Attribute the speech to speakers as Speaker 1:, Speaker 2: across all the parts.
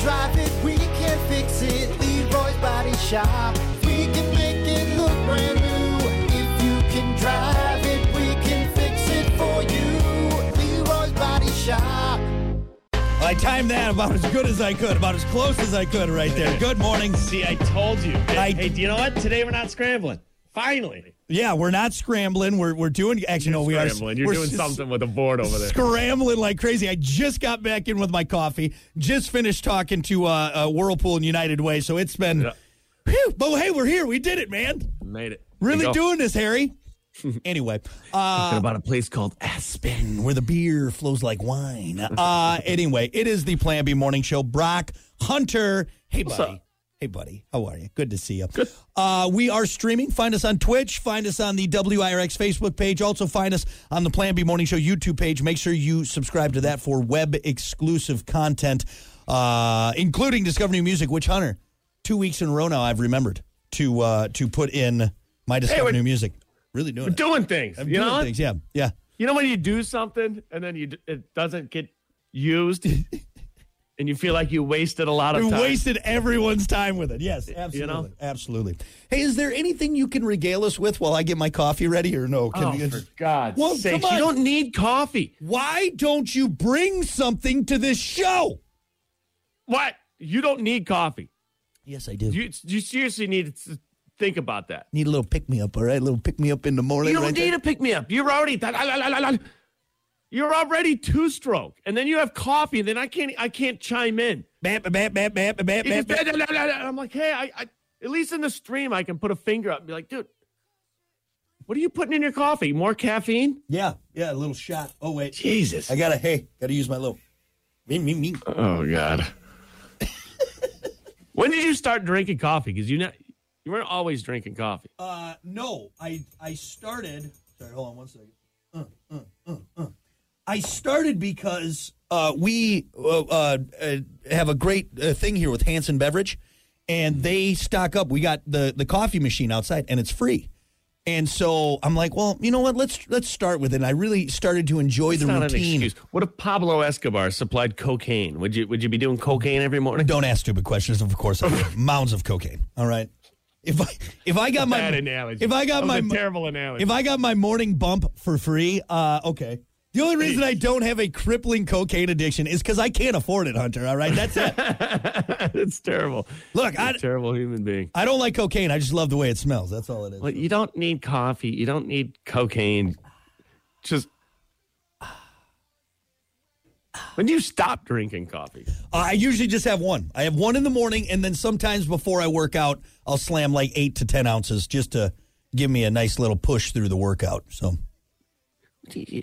Speaker 1: drive it, we can fix it. Leroy's Body Shop. We can make it look brand new. If you can drive it, we can fix it for you. Leroy's Body Shop.
Speaker 2: I timed that about as good as I could, about as close as I could right there. Good morning.
Speaker 3: See, I told you. Hey,
Speaker 2: I-
Speaker 3: hey, do you know what? Today we're not scrambling. Finally.
Speaker 2: Yeah, we're not scrambling. We're we're doing actually no, we are
Speaker 3: scrambling. You're
Speaker 2: we're
Speaker 3: doing
Speaker 2: s-
Speaker 3: something with a board over there.
Speaker 2: Scrambling like crazy. I just got back in with my coffee. Just finished talking to uh, uh, Whirlpool and United Way, so it's been.
Speaker 3: Yeah.
Speaker 2: Phew, but hey, we're here. We did it, man.
Speaker 3: Made it.
Speaker 2: Really
Speaker 3: There you go.
Speaker 2: doing this, Harry. anyway, uh,
Speaker 3: about a place called Aspen.
Speaker 2: where the beer flows like wine. Uh, anyway, it is the Plan B Morning Show. Brock Hunter. Hey, buddy.
Speaker 3: up?
Speaker 2: Hey, buddy. How are you? Good to see you. Uh, we are streaming. Find us on Twitch. Find us on the WIRX Facebook page. Also, find us on the Plan B Morning Show YouTube page. Make sure you subscribe to that for web exclusive content, uh, including Discover New Music, which, Hunter, two weeks in a row now, I've remembered to uh, to put in my Discover
Speaker 3: we're-
Speaker 2: New Music. Really doing it.
Speaker 3: Doing things.
Speaker 2: I'm
Speaker 3: you
Speaker 2: doing
Speaker 3: know what?
Speaker 2: things. Yeah. Yeah.
Speaker 3: You know when you do something and then you d- it doesn't get used and you feel like you wasted a lot of
Speaker 2: We
Speaker 3: time.
Speaker 2: wasted everyone's time with it. Yes, absolutely.
Speaker 3: know?
Speaker 2: Absolutely. Hey, is there anything you can regale us with while I get my coffee ready or no? Can
Speaker 3: Oh,
Speaker 2: you-
Speaker 3: for God's
Speaker 2: Well,
Speaker 3: sake.
Speaker 2: come
Speaker 3: You
Speaker 2: on.
Speaker 3: don't need coffee.
Speaker 2: Why don't you bring something to this show?
Speaker 3: What? You don't need coffee.
Speaker 2: Yes, I do.
Speaker 3: You, you seriously need to think about that.
Speaker 2: need a little pick me up, all right? A little pick me up in the morning.
Speaker 3: You don't
Speaker 2: right
Speaker 3: need
Speaker 2: there.
Speaker 3: to pick me up. You're already la- la- la- la- la- you're already two stroke, and then you have coffee, and then I can't I can't chime in.
Speaker 2: Bam, bam, bam, bam, bam, bam, bam,
Speaker 3: It just-
Speaker 2: bam.
Speaker 3: la- la- la- la- I'm like, hey, I, I at least in the stream I can put a finger up and be like, dude, what are you putting in your coffee? More caffeine?
Speaker 2: Yeah, yeah, a little shot. Oh, wait.
Speaker 3: Jesus.
Speaker 2: I gotta, hey, gotta use my little. Me, me, me.
Speaker 3: Oh God. when did you start drinking coffee? Because you not you weren't always drinking coffee.
Speaker 2: Uh, no, I I started. Sorry, hold on one second. Uh, uh, uh, uh. I started because uh, we uh, uh, uh, have a great uh, thing here with Hanson Beverage,
Speaker 3: Mm-hmm.
Speaker 2: and they stock up. We got the the coffee machine outside, and it's free. And so I'm like, well, you know what? Let's let's start with it. And I really started to enjoy
Speaker 3: It's
Speaker 2: the
Speaker 3: not
Speaker 2: routine.
Speaker 3: an excuse. What if Pablo Escobar supplied cocaine? Would you would you be doing cocaine every morning?
Speaker 2: Don't ask stupid questions. Of course, I do. mounds of cocaine. All right. If I if I got my
Speaker 3: Bad analogy.
Speaker 2: if I got
Speaker 3: That
Speaker 2: my
Speaker 3: was a terrible analogy.
Speaker 2: If I got my morning bump for free, uh, okay. The only reason I don't have a crippling cocaine addiction is because I can't afford it, Hunter. All right, that's it.
Speaker 3: it's terrible.
Speaker 2: Look,
Speaker 3: You're a
Speaker 2: I,
Speaker 3: terrible human being.
Speaker 2: I don't like cocaine. I just love the way it smells. That's all it is.
Speaker 3: Well, you don't need coffee. You don't need cocaine. Just when do you stop drinking coffee?
Speaker 2: Uh, I usually just have one. I have one in the morning, and then sometimes before I work out, I'll slam like eight to ten ounces just to give me a nice little push through the workout. So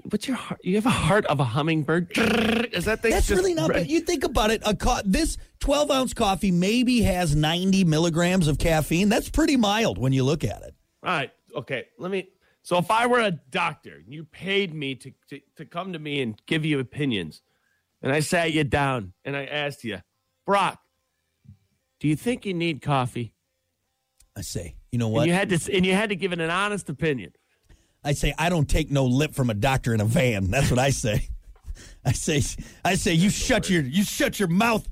Speaker 3: What's your heart? You have a heart of a hummingbird. Is that thing?
Speaker 2: that's
Speaker 3: just
Speaker 2: really not
Speaker 3: red?
Speaker 2: bad. You think about it. A co- this twelve ounce coffee maybe has ninety milligrams of caffeine. That's pretty mild when you look at it.
Speaker 3: All right. Okay. Let me. So if I were a doctor, and you paid me to, to to come to me and give you opinions, and I sat you down and I asked you, Brock, do you think you need coffee?
Speaker 2: I say, you know
Speaker 3: And
Speaker 2: what?
Speaker 3: you had to and you had to give it an honest opinion.
Speaker 2: I say I don't take no lip from a doctor in a van. That's what I say. I say I say you shut your you shut your mouth.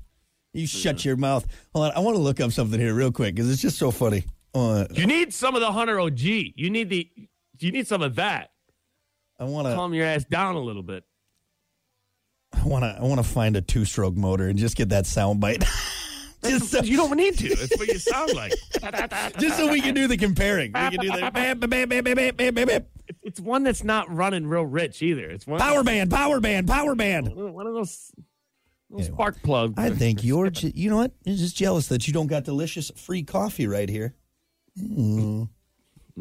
Speaker 2: You shut your mouth. Hold on, I want to look up something here real quick because it's just so funny. Uh,
Speaker 3: You need some of the Hunter OG. You need the you need some of that.
Speaker 2: I want to
Speaker 3: Calm your ass down a little bit.
Speaker 2: I want to I want to find a two stroke motor and just get that sound bite. just so,
Speaker 3: You don't need to. That's what you sound like.
Speaker 2: just so we can do the comparing. We can do the bam, bam, bam, bam, bam, bam, bam, bam, bam.
Speaker 3: It's one that's not running real rich either. It's one
Speaker 2: power band, power band, power band.
Speaker 3: one of those, those
Speaker 2: Anyway,
Speaker 3: spark plugs.
Speaker 2: I think you're ju- you know what? You're just jealous that you don't got delicious free coffee right here.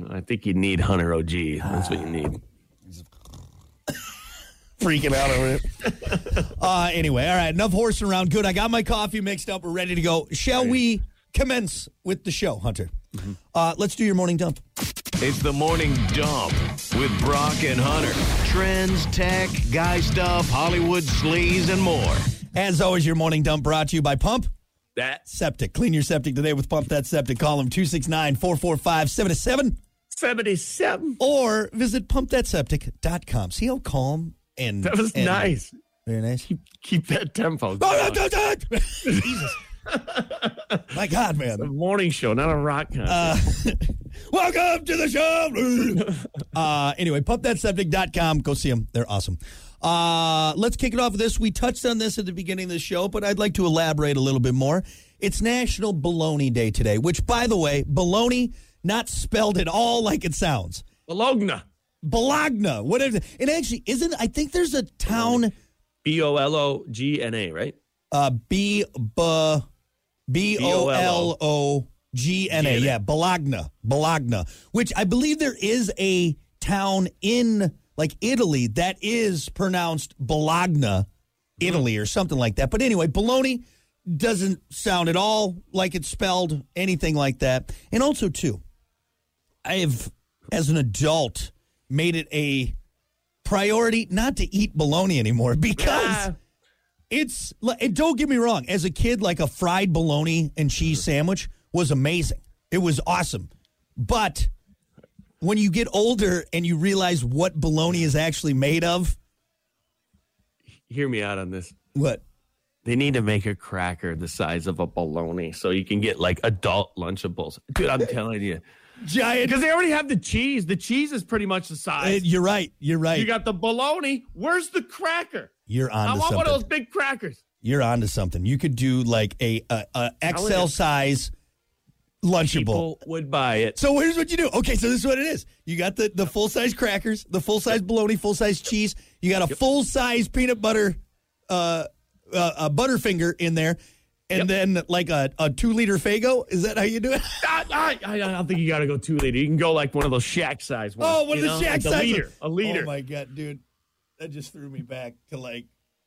Speaker 3: I think you need Hunter OG. That's what you need.
Speaker 2: freaking out over it. uh, anyway, all right, enough horsing around. Good. I got my coffee mixed up. We're ready to go. Shall we commence with the show, Hunter? Uh, let's do your morning dump.
Speaker 4: It's the morning dump with Brock and Hunter. Trends, tech, guy stuff, Hollywood sleaze, and more.
Speaker 2: As always, your morning dump brought to you by Pump
Speaker 3: That
Speaker 2: Septic. Clean your septic today with Pump That Septic. Call them 269 445 77
Speaker 3: seventy-seven.
Speaker 2: or visit pumpthatseptic.com. See how calm and.
Speaker 3: That was
Speaker 2: and
Speaker 3: nice.
Speaker 2: Very nice.
Speaker 3: Keep that tempo. going.
Speaker 2: Jesus. My God, man.
Speaker 3: A morning show, not a rock concert.
Speaker 2: Welcome to the show. uh, anyway, pumpthatseptic.com. Go see them. They're awesome. Uh, let's kick it off with this. We touched on this at the beginning of the show, but I'd like to elaborate a little bit more. It's National Bologna Day today, which, by the way, bologna, not spelled at all like it sounds.
Speaker 3: Bologna.
Speaker 2: Bologna, whatever. And actually, isn't, I think there's a town.
Speaker 3: B O L O G N A, right?
Speaker 2: Uh, B B B O L O G N A. Yeah, Bologna, Bologna, which I believe there is a town in like Italy that is pronounced Bologna, Italy, or something like that. But anyway, bologna doesn't sound at all like it's spelled anything like that. And also, too, I have, as an adult, made it a priority not to eat bologna anymore because.
Speaker 3: Ah,
Speaker 2: It's like- and don't get me wrong. As a kid, like a fried bologna and cheese sandwich was amazing. It was awesome. But when you get older and you realize what bologna is actually made of,
Speaker 3: hear me out on this.
Speaker 2: what?
Speaker 3: They need to make a cracker the size of a bologna so you can get like adult Lunchables. Dude, I'm telling you.
Speaker 2: Giant.
Speaker 3: Because they already have the cheese. The cheese is pretty much the
Speaker 2: Uh,
Speaker 3: size.
Speaker 2: You're right. You're right.
Speaker 3: You got the bologna. Where's the cracker?
Speaker 2: you're
Speaker 3: I
Speaker 2: on to
Speaker 3: want
Speaker 2: something.
Speaker 3: one of those big crackers.
Speaker 2: you're on to something. You could do like a, a, a XL size lunchable.
Speaker 3: People would buy it.
Speaker 2: So here's what you do. Okay, so this is what it is. You got the, the full size crackers, the full size bologna, full size cheese. You got a full size peanut butter, uh, uh, a butterfinger in there, and then like a, a two liter Fago. Is that how you do it?
Speaker 3: I, I, I don't think you got to go too late. You can go like one of those shack size ones.
Speaker 2: oh, one of
Speaker 3: you
Speaker 2: the
Speaker 3: know,
Speaker 2: shack
Speaker 3: like
Speaker 2: size
Speaker 3: A liter.
Speaker 2: ones.
Speaker 3: A liter.
Speaker 2: Oh my god, dude, that just threw me back to like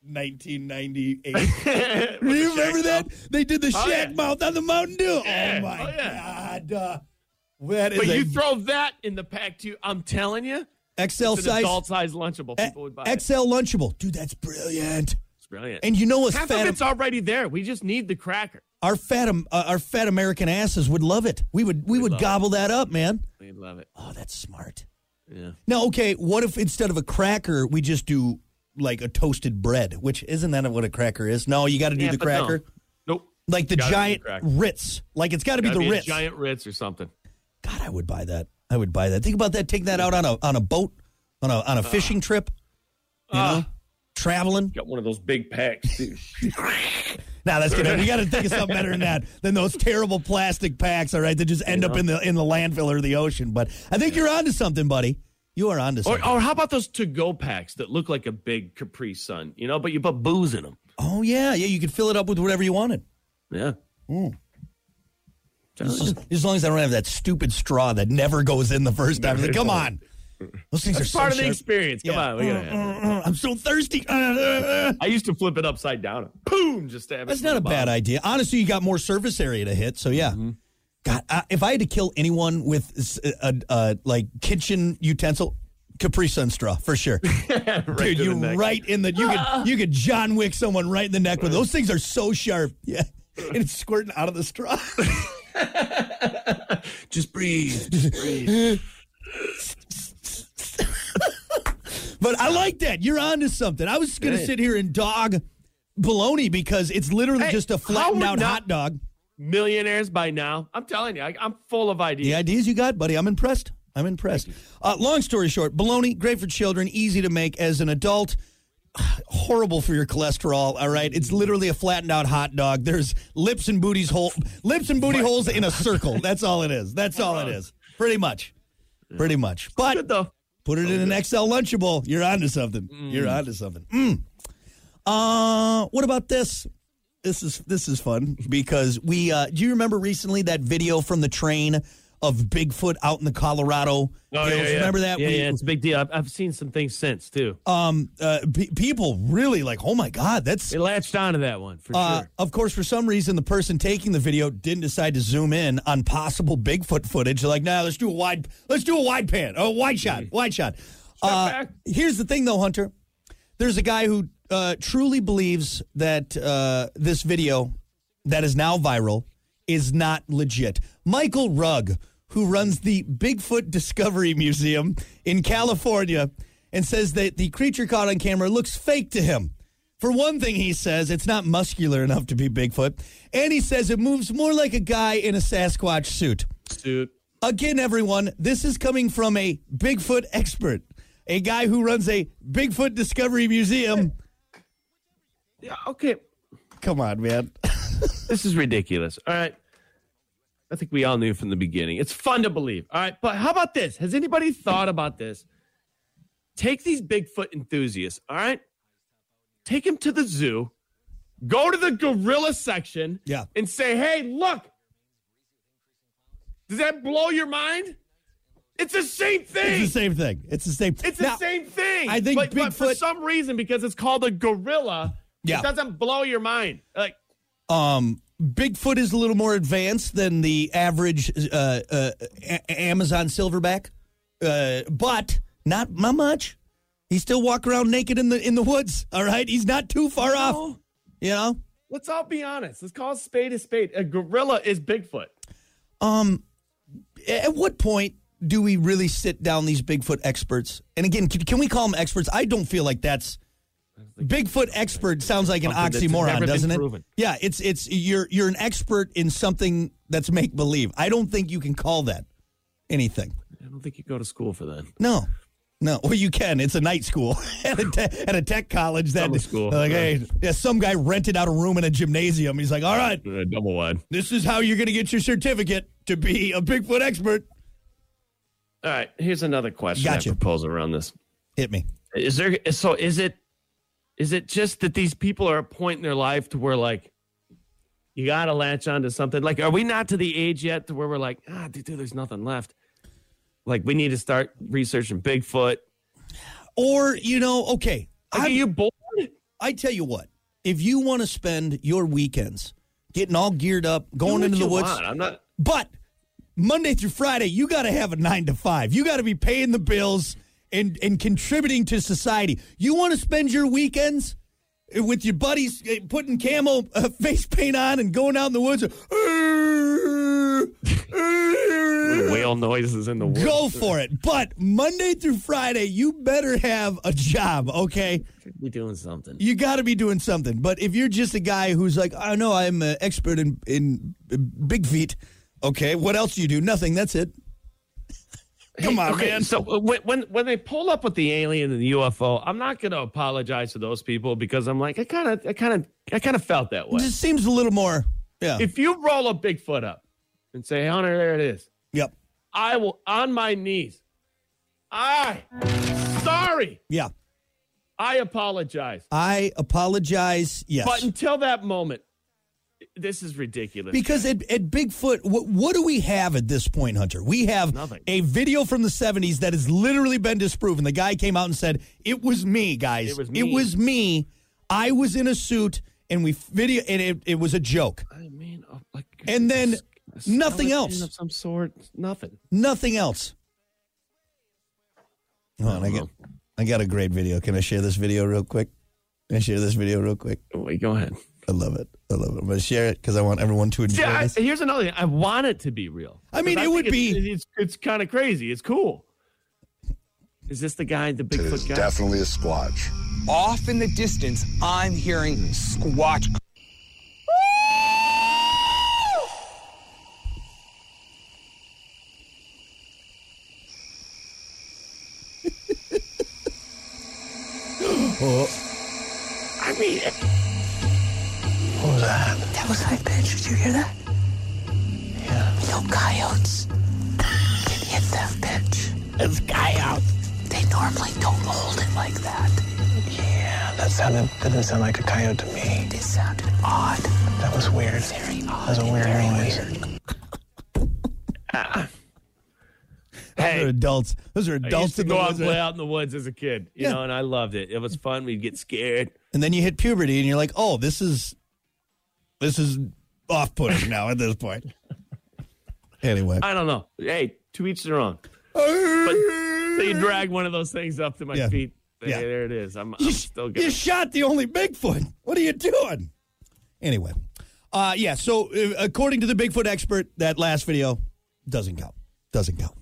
Speaker 2: 1998. Do you remember that? They did the
Speaker 3: Oh,
Speaker 2: shack
Speaker 3: yeah.
Speaker 2: mouth on the Mountain Dew.
Speaker 3: Yeah.
Speaker 2: Oh my
Speaker 3: Oh, yeah.
Speaker 2: god. Uh, that is
Speaker 3: But
Speaker 2: a
Speaker 3: you throw that in the pack too. I'm telling you,
Speaker 2: XL
Speaker 3: it's an
Speaker 2: size
Speaker 3: adult size E lunchable. People would buy
Speaker 2: A-
Speaker 3: it.
Speaker 2: XL E Lunchable. Dude, that's brilliant.
Speaker 3: It's brilliant.
Speaker 2: And you know us
Speaker 3: Half
Speaker 2: fat,
Speaker 3: of it's already there. We just need the cracker.
Speaker 2: our fat um, uh, our fat American asses would love it. We would we would
Speaker 3: love
Speaker 2: gobble that up, man.
Speaker 3: We love it.
Speaker 2: Oh, that's smart.
Speaker 3: Yeah.
Speaker 2: Now, okay, what if instead of a cracker, we just do like a toasted bread, which isn't that what a cracker is? No, you got to do
Speaker 3: Yeah,
Speaker 2: the
Speaker 3: but no.
Speaker 2: cracker.
Speaker 3: Nope.
Speaker 2: Like the
Speaker 3: Gotta do the
Speaker 2: giant
Speaker 3: cracker.
Speaker 2: Ritz. Like it's got to be
Speaker 3: Gotta
Speaker 2: the
Speaker 3: be a
Speaker 2: Ritz.
Speaker 3: giant Ritz or something.
Speaker 2: God, I would buy that. I would buy that. Think about that. Take that out on a on a boat, on a on
Speaker 3: Uh.
Speaker 2: a fishing trip, you know, traveling.
Speaker 3: Got one of those big packs too.
Speaker 2: Now that's gonna. We got to think of something better than that than those terrible plastic packs. All right, that just end up in the in the landfill or the ocean. But I think you're onto something, buddy. You are onto
Speaker 3: or, oh.
Speaker 2: something.
Speaker 3: or how about those to-go packs that look like a big Capri Sun? You know, but you put booze in them.
Speaker 2: oh yeah, yeah. You could fill it up with whatever you wanted,
Speaker 3: Yeah.
Speaker 2: Mm. It's just- as long as I don't have that stupid straw that never goes in the first time. It's like, Come on, those things
Speaker 3: It's
Speaker 2: are
Speaker 3: part
Speaker 2: so
Speaker 3: of the
Speaker 2: sharp.
Speaker 3: experience. Come
Speaker 2: Yeah. Mm, Mm-hmm.
Speaker 3: on, we gotta have it.
Speaker 2: I'm so thirsty. Uh, uh, uh.
Speaker 3: I used to flip it upside down. and Boom! Just to have it.
Speaker 2: That's not a bad idea. Honestly, you got more surface area to hit, so yeah.
Speaker 3: Mm-hmm.
Speaker 2: God, I, if I had to kill anyone with s- a, a, a like kitchen utensil, Capri Sun straw for sure. Dude,
Speaker 3: Right to the
Speaker 2: you
Speaker 3: neck. Ah.
Speaker 2: right in the you could you could John Wick someone right in the neck with those things are so sharp. Yeah. And it's squirting out of the straw.
Speaker 3: Just breathe.
Speaker 2: but I like that. You're onto something. I was gonna
Speaker 3: Hey.
Speaker 2: sit here and dog baloney because it's literally
Speaker 3: Hey,
Speaker 2: just a
Speaker 3: how
Speaker 2: flattened
Speaker 3: would
Speaker 2: out
Speaker 3: not-
Speaker 2: hot dog.
Speaker 3: millionaires by now. I'm telling you, I, I'm full of ideas.
Speaker 2: The ideas you got, buddy, I'm impressed. I'm impressed. Uh, long story short, bologna, great for children, easy to make as an adult. Horrible for your cholesterol. All right, it's literally a flattened out hot dog. There's lips and booties hole, lips and booty holes in a circle. That's all it is. That's all it is. Pretty much, pretty much. But
Speaker 3: Good though.
Speaker 2: Put it in an XL Lunchable. You're onto something. You're onto something. Mm. Uh, what about this? This is this is fun because we. Uh, do you remember recently that video from the train of Bigfoot out in the Colorado hills? Remember that?
Speaker 3: Oh, Yeah,
Speaker 2: We-
Speaker 3: yeah, it's a big deal. I've, I've seen some things since too.
Speaker 2: Um, uh, pe- people really like. Oh my God, that's.
Speaker 3: they latched onto that one for
Speaker 2: Uh,
Speaker 3: sure.
Speaker 2: Of course, for some reason, the person taking the video didn't decide to zoom in on possible Bigfoot footage. They're like, nah, let's do a wide, let's do a wide pan, a wide shot,
Speaker 3: Mm.
Speaker 2: wide shot. Uh,
Speaker 3: back.
Speaker 2: here's the thing, though, Hunter. There's a guy who uh, truly believes that uh, this video that is now viral is not legit. Michael Rugg, who runs the Bigfoot Discovery Museum in California, and says that the creature caught on camera looks fake to him. For one thing, he says it's not muscular enough to be Bigfoot, and he says it moves more like a guy in a Sasquatch suit.
Speaker 3: Suit.
Speaker 2: Again, everyone, this is coming from a Bigfoot expert, a guy who runs a Bigfoot Discovery Museum.
Speaker 3: Yeah, Uh, okay.
Speaker 2: Come on, man.
Speaker 3: This is ridiculous. All right. I think we all knew from the beginning. It's fun to believe. All right. But how about this? Has anybody thought about this? Take these Bigfoot enthusiasts, all right? Take them to the zoo, go to the gorilla section,
Speaker 2: Yeah.
Speaker 3: and say, hey, look. Does that blow your mind? It's the same
Speaker 2: It's
Speaker 3: thing.
Speaker 2: the same thing. It's the same.
Speaker 3: It's the
Speaker 2: Now-
Speaker 3: same thing.
Speaker 2: I think
Speaker 3: but, but for
Speaker 2: Bigfoot-
Speaker 3: some reason, because it's called a gorilla,
Speaker 2: Yeah.
Speaker 3: it doesn't blow your mind. Like,
Speaker 2: Um, Bigfoot is a little more advanced than the average uh, uh, a- Amazon silverback, uh, but not not much. He still walk around naked in the in the woods. All right, he's not too far off. You know.
Speaker 3: let's all be honest. Let's call a spade a spade. A gorilla is Bigfoot.
Speaker 2: Um, at what point do we really sit down these Bigfoot experts? And again, can, can we call them experts? I don't feel like that's Bigfoot expert sounds like an
Speaker 3: Something that's never
Speaker 2: oxymoron,
Speaker 3: been
Speaker 2: doesn't it?
Speaker 3: proven.
Speaker 2: Yeah, it's it's you're you're an expert in something that's make believe. I don't think you can call that anything.
Speaker 3: I don't think you go to school for that.
Speaker 2: No. No, well, you can. It's a night school at, a te- at a tech college. That
Speaker 3: Summer school.
Speaker 2: Like, hey, yeah, some guy rented out a room in a gymnasium. He's like, "All right,
Speaker 3: Uh, double wide.
Speaker 2: this is how you're going to get your certificate to be a Bigfoot expert."
Speaker 3: All right. Here's another question
Speaker 2: Gotcha.
Speaker 3: I propose around this.
Speaker 2: Hit me.
Speaker 3: Is there so is it is it just that these people are at a point in their life to where like you gotta latch onto something? Like, are we not to the age yet to where we're like, ah, dude, there's nothing left? Like, we need to start researching Bigfoot.
Speaker 2: Or, you know, okay,
Speaker 3: Like, are
Speaker 2: I,
Speaker 3: you bored?
Speaker 2: I tell you what, if you want to spend your weekends getting all geared up,
Speaker 3: Do
Speaker 2: going
Speaker 3: what
Speaker 2: into the
Speaker 3: you
Speaker 2: woods,
Speaker 3: want. I'm not.
Speaker 2: but Monday through Friday, you got to have a nine to five. You got to be paying the bills and, and contributing to society. You want to spend your weekends with your buddies eh, putting camo uh, face paint on and going out in the woods.
Speaker 3: whale noises in the woods.
Speaker 2: Go for it. But Monday through Friday, you better have a job, okay?
Speaker 3: Be doing something.
Speaker 2: you got to be doing something. But if you're just a guy who's like, I know I'm an expert in in big feet. Okay, what else do you do? Nothing. That's it. Come on,
Speaker 3: Okay,
Speaker 2: man.
Speaker 3: so uh, when, when when they pull up with the alien and the UFO, I'm not going to apologize to those people because I'm like, I kind of, I kind of, I kind of felt that
Speaker 2: It
Speaker 3: way.
Speaker 2: just seems a little more. Yeah.
Speaker 3: If you roll a Bigfoot up and say, Hunter, there it is,
Speaker 2: yep.
Speaker 3: I will on my knees. I, sorry,
Speaker 2: Yeah.
Speaker 3: I apologize.
Speaker 2: I apologize. Yes.
Speaker 3: But until that moment, this is ridiculous.
Speaker 2: Because at, at Bigfoot, what, what do we have at this point, Hunter? We have
Speaker 3: Nothing.
Speaker 2: a video from the 70s that has literally been disproven. The guy came out and said, It was me, guys.
Speaker 3: It was me."
Speaker 2: was me. I was in a suit and we video, and it, it was a joke.
Speaker 3: I mean, uh, like,
Speaker 2: And then
Speaker 3: a
Speaker 2: nothing
Speaker 3: skeleton
Speaker 2: else.
Speaker 3: of some sort, nothing.
Speaker 2: Nothing else. Hold on, I
Speaker 3: Oh,
Speaker 2: got, I got a great video. Can I share this video real quick? Can I share this video real quick?
Speaker 3: Wait, go ahead.
Speaker 2: I love it. I love it. I'm going to share it because I want everyone to enjoy
Speaker 3: Yeah, I,
Speaker 2: this.
Speaker 3: here's another thing. I want it to be real.
Speaker 2: I mean,
Speaker 3: 'Cause
Speaker 2: it would
Speaker 3: think
Speaker 2: be-
Speaker 3: It's, it's, it's kind of crazy. It's cool. Is this the guy, the
Speaker 5: It is
Speaker 3: Bigfoot guy?
Speaker 5: definitely a squatch.
Speaker 6: Off in the distance, I'm hearing squatch.
Speaker 3: I mean,
Speaker 7: That was my bitch. Did you hear that? Yeah. No coyotes can hit that bitch. It's coyotes. They normally don't hold it like that.
Speaker 8: Yeah, that sounded that didn't sound like a coyote to me.
Speaker 7: It sounded odd.
Speaker 8: That was weird.
Speaker 7: Very
Speaker 8: That
Speaker 7: odd.
Speaker 8: was a
Speaker 7: and
Speaker 8: weird
Speaker 7: very
Speaker 8: noise.
Speaker 7: weird.
Speaker 2: Those are
Speaker 3: hey,
Speaker 2: adults. Those are
Speaker 3: I used
Speaker 2: adults
Speaker 3: to
Speaker 2: in the
Speaker 3: go out
Speaker 2: woods. eh?
Speaker 3: and play out in the woods as a kid, you
Speaker 2: Yeah.
Speaker 3: know, and I loved it. It was fun. We'd get scared.
Speaker 2: And then you hit puberty and you're like, oh, this is this is off putting now at this point. Anyway.
Speaker 3: I don't know. Hey, to each their own. So you drag one of those things up to my
Speaker 2: Yeah.
Speaker 3: feet. Hey,
Speaker 2: Yeah.
Speaker 3: there it is. I'm, I'm
Speaker 2: you, sh-
Speaker 3: still
Speaker 2: you
Speaker 3: good.
Speaker 2: shot the only Bigfoot. What are you doing? Anyway. Uh yeah, so uh, according to the Bigfoot expert, that last video doesn't count. Doesn't count.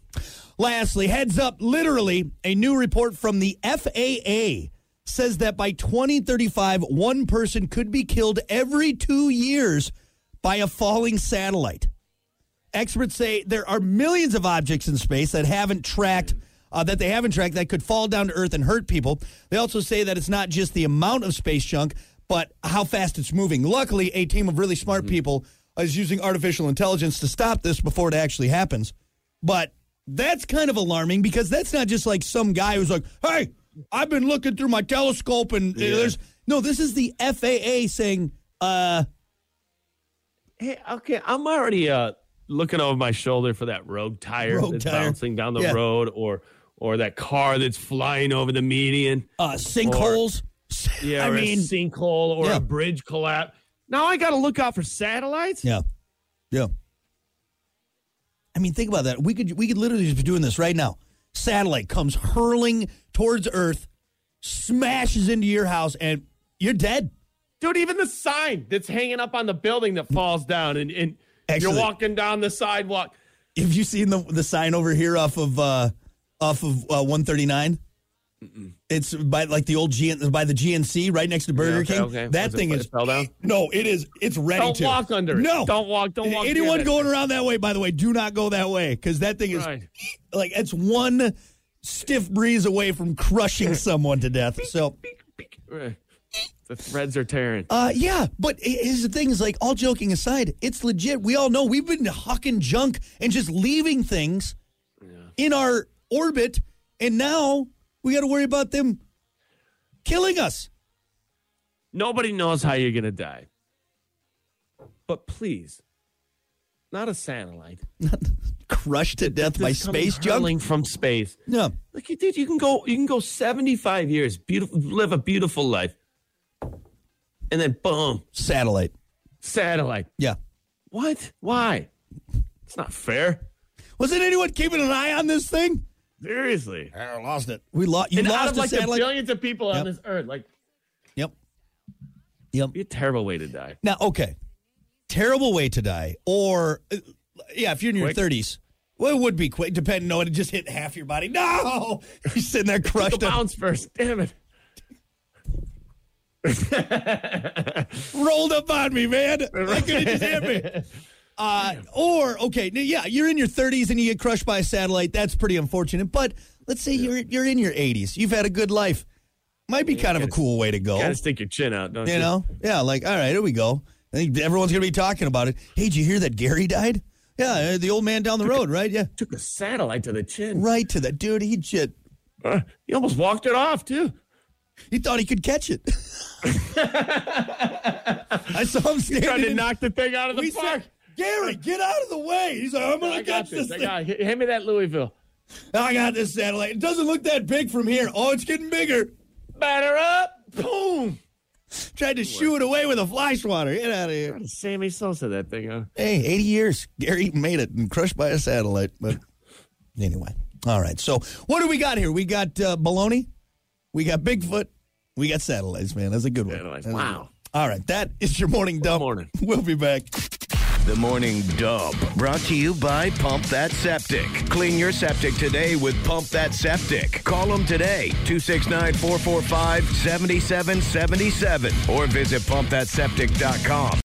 Speaker 2: Lastly, heads up, literally, a new report from the FAA says that by 2035, one person could be killed every two years by a falling satellite. Experts say there are millions of objects in space that haven't tracked. Uh, that they haven't tracked that could fall down to Earth and hurt people. They also say that it's not just the amount of space junk, but how fast it's moving. Luckily, a team of really smart people is using artificial intelligence to stop this before it actually happens. But that's kind of alarming because that's not just like some guy who's like, "Hey, I've been looking through my telescope and uh, there's no." This is the FAA saying, "Uh,
Speaker 3: Hey, okay, I'm already uh, looking over my shoulder for that rogue tire
Speaker 2: Rogue
Speaker 3: that's
Speaker 2: tire.
Speaker 3: bouncing down the
Speaker 2: Yeah.
Speaker 3: road, or or that car that's flying over the median.
Speaker 2: uh sinkholes."
Speaker 3: Yeah,
Speaker 2: I
Speaker 3: or
Speaker 2: mean,
Speaker 3: a sinkhole or
Speaker 2: yeah.
Speaker 3: a bridge collapse. Now I got to look out for satellites.
Speaker 2: Yeah. Yeah. I mean, think about that. We could we could literally just be doing this right now. Satellite comes hurling towards Earth, smashes into your house, and you're dead.
Speaker 3: Dude, even the sign that's hanging up on the building that falls down, and, and
Speaker 2: Actually-
Speaker 3: you're walking down the sidewalk.
Speaker 2: Have you seen the the sign over here off of uh off of uh, 139? It's by like the old GN, by the GNC right next to Burger
Speaker 3: okay,
Speaker 2: King.
Speaker 3: okay.
Speaker 2: That
Speaker 3: Is it-
Speaker 2: thing
Speaker 3: it
Speaker 2: is
Speaker 3: fell down?
Speaker 2: No, it is. It's ready
Speaker 3: Don't
Speaker 2: to
Speaker 3: walk under it.
Speaker 2: No,
Speaker 3: Don't walk- don't walk near
Speaker 2: Anyone
Speaker 3: that
Speaker 2: going around that way, by the way, do not go that way because that thing is
Speaker 3: Right.
Speaker 2: like it's one stiff breeze away from crushing someone to death. So.
Speaker 3: The threads are tearing.
Speaker 2: Uh, yeah, but i- here's the thing: is like all joking aside, it's legit. We all know we've been hucking junk and just leaving things in our orbit, and now we got to worry about them killing us.
Speaker 3: Nobody knows how you're gonna die, but please, not a satellite.
Speaker 2: Crushed to death by
Speaker 3: This coming
Speaker 2: space junk.
Speaker 3: hurling from space.
Speaker 2: No,
Speaker 3: Like you did, you can go. You can go 75 years, beautiful, live a beautiful life, and then boom,
Speaker 2: satellite.
Speaker 3: satellite.
Speaker 2: Yeah.
Speaker 3: What? Why? It's not fair.
Speaker 2: Wasn't anyone keeping an eye on this thing?
Speaker 3: Seriously.
Speaker 2: I lost it. We lost. You
Speaker 3: and
Speaker 2: lost
Speaker 3: out of
Speaker 2: a
Speaker 3: like the
Speaker 2: satellite.
Speaker 3: billions of people
Speaker 2: Yep.
Speaker 3: on this earth, like
Speaker 2: Yep. Yep.
Speaker 3: be a terrible way to die.
Speaker 2: Now, okay, terrible way to die, or uh, yeah, if you're in your
Speaker 3: Quick.
Speaker 2: thirties, well, it would be quick, depending on it just hit half your body. No, you're sitting there
Speaker 3: Go
Speaker 2: crushed up,
Speaker 3: bounce first, damn it.
Speaker 2: rolled up on me, man. That could have just hit me. Uh, or okay, now, yeah, you're in your 30s and you get crushed by a satellite. That's pretty unfortunate. But let's say you're you're in your 80s, you've had a good life. Might be kind of a cool way to go.
Speaker 3: Gotta stick your chin out, don't you?
Speaker 2: You know? Yeah, like, all right, here we go. I think everyone's going to be talking about it. Hey, did you hear that Gary died? Yeah, uh, the old man down the road, right? Yeah.
Speaker 3: Took a satellite to the chin.
Speaker 2: Right to that dude. He shit.
Speaker 3: Uh, he almost walked it off too.
Speaker 2: He thought he could catch it. I saw him standing.
Speaker 3: Tried to
Speaker 2: in-
Speaker 3: knock the thing out of the
Speaker 2: we
Speaker 3: park.
Speaker 2: said, Gary, get out of the way. He's like, I'm going
Speaker 3: I
Speaker 2: to
Speaker 3: got
Speaker 2: catch
Speaker 3: this.
Speaker 2: this
Speaker 3: I
Speaker 2: thing.
Speaker 3: got. h- Hand me that Louisville.
Speaker 2: I got this satellite. It doesn't look that big from here. Oh, it's getting bigger.
Speaker 3: Batter up. Boom.
Speaker 2: Tried to shoo it away with a fly swatter. Get out of here.
Speaker 3: Sammy Sosa, that thing. Huh?
Speaker 2: Hey, 80 years. Gary made it and crushed by a satellite. But anyway. All right. So what do we got here? We got uh, baloney. We got Bigfoot. We got satellites, man. That's a good one.
Speaker 3: Satellites.
Speaker 2: That's a good
Speaker 3: Wow.
Speaker 2: one. All right. That is your morning dump.
Speaker 3: morning.
Speaker 2: We'll be back.
Speaker 4: The Morning Dub, brought to you by Pump That Septic. Clean your septic today with Pump That Septic. Call them today, 269 445 7777, or visit pumpthatseptic.com.